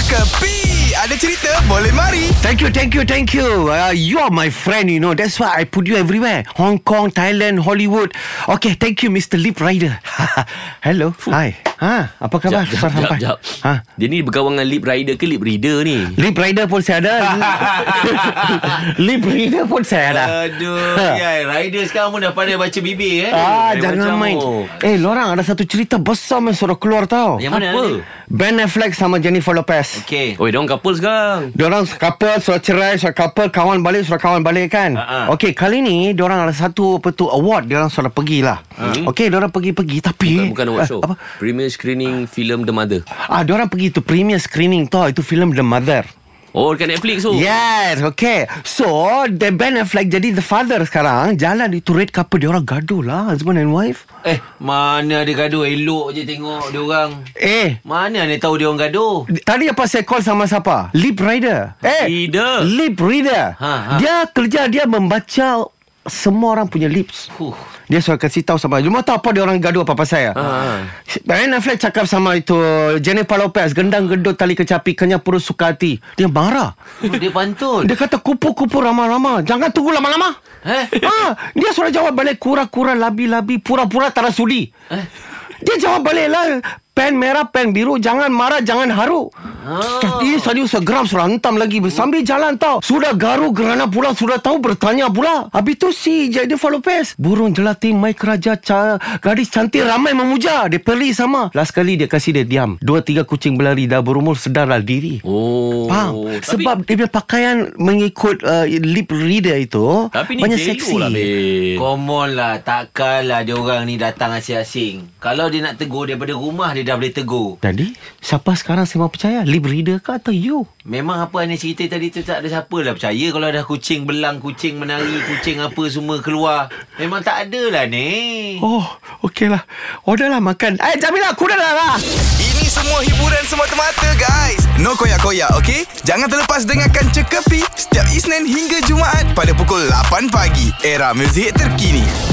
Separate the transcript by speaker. Speaker 1: Kepi Ada cerita boleh mari
Speaker 2: Thank you, thank you, thank you. Uh, you are my friend, you know. That's why I put you everywhere. Hong Kong, Thailand, Hollywood. Okay, thank you, Mr. Lip Rider. Hello. Hi. Ha, apa khabar?
Speaker 3: Jap, jap, jap, jap.
Speaker 2: Ha.
Speaker 3: Dia ni berkawan dengan lip rider ke lip reader ni?
Speaker 2: Lip Rider pun saya ada. Lip Rider pun saya ada. Ha.
Speaker 3: Aduh, ya, rider sekarang pun dah pandai baca bibir eh.
Speaker 2: Ah,
Speaker 3: Lain
Speaker 2: jangan
Speaker 3: macam,
Speaker 2: main.
Speaker 3: oh.
Speaker 2: Eh, lorang ada satu cerita besar yang suruh keluar tau.
Speaker 3: Yang mana
Speaker 4: Apa?
Speaker 3: ni?
Speaker 2: Ben Affleck sama Jennifer Lopez.
Speaker 3: Okey. Oi, dia orang couple sekarang.
Speaker 2: Diorang couple Surat cerai Surat couple Kawan balik Surat kawan balik kan
Speaker 3: Ha-ha.
Speaker 2: Okey kali ni Diorang ada satu Apa tu Award Diorang sudah pergi lah Okey diorang pergi-pergi Tapi
Speaker 3: Hmm. Bukan award
Speaker 2: eh,
Speaker 3: show.
Speaker 2: apa?
Speaker 3: Premier screening film The Mother.
Speaker 2: Ah, diorang pergi tu Premier screening tau Itu filem The Mother
Speaker 3: Oh, dekat
Speaker 2: Ya.
Speaker 3: Netflix tu.
Speaker 2: Yes Okay So The Ben Affleck Jadi the father sekarang Jalan itu red couple Diorang gaduh lah Husband and wife
Speaker 4: Eh, mana ada gaduh elok je tengok dia orang.
Speaker 2: Eh
Speaker 4: Mana ni tahu dia orang gaduh?
Speaker 2: Tadi apa saya call sama siapa? Lip reader. Eh,
Speaker 3: Reader.
Speaker 2: Lip reader.
Speaker 4: Ha, ha.
Speaker 2: Dia kerja dia membaca semua orang punya lips.
Speaker 4: Huh.
Speaker 2: Dia suruh kasih tahu sama. Cuma tahu apa dia orang gaduh apa pasal ya? Ben Affleck cakap sama itu Jennifer Lopez gendang gendut tali kecapi kenyang perut suka hati. Dia marah.
Speaker 4: Dia pantun.
Speaker 2: Dia kata kupu-kupu ramah-ramah. Jangan tunggu lama-lama.
Speaker 4: Eh?
Speaker 2: Ha, dia suruh jawab balik kura-kura labi-labi pura-pura tak nak sudi. Dia jawab balik lah Pen merah, pen biru Jangan marah, jangan haru oh. Dia tadi usah geram Suruh hentam lagi Sambil jalan tau Sudah garu gerana pula Sudah tahu bertanya pula Habis tu si Jennifer Lopez Burung jelati Mike Raja ca- Gadis cantik ramai memuja Dia perli sama Last kali dia kasih dia diam Dua tiga kucing berlari Dah berumur sedarlah diri
Speaker 3: Oh.
Speaker 2: Faham?
Speaker 3: Tapi-
Speaker 2: Sebab dia punya pakaian mengikut uh, lip reader itu
Speaker 3: tapi ni
Speaker 2: banyak
Speaker 3: jelo
Speaker 2: seksi.
Speaker 3: Lah, babe.
Speaker 4: Come on lah Takkanlah dia orang ni datang asing-asing Kalau dia nak tegur daripada rumah Dia dah boleh tegur
Speaker 2: Tadi siapa sekarang saya mau percaya? Lip reader ke atau you?
Speaker 4: Memang apa yang cerita tadi tu Tak ada siapa lah percaya Kalau ada kucing belang Kucing menari Kucing apa semua keluar Memang tak ada lah ni
Speaker 2: Oh, okeylah. Orderlah makan. Eh, Jamila, kuda dah lah.
Speaker 1: Ini semua hiburan semata-mata guys No koyak-koyak ok Jangan terlepas dengarkan Cekapi Setiap Isnin hingga Jumaat Pada pukul 8 pagi Era muzik terkini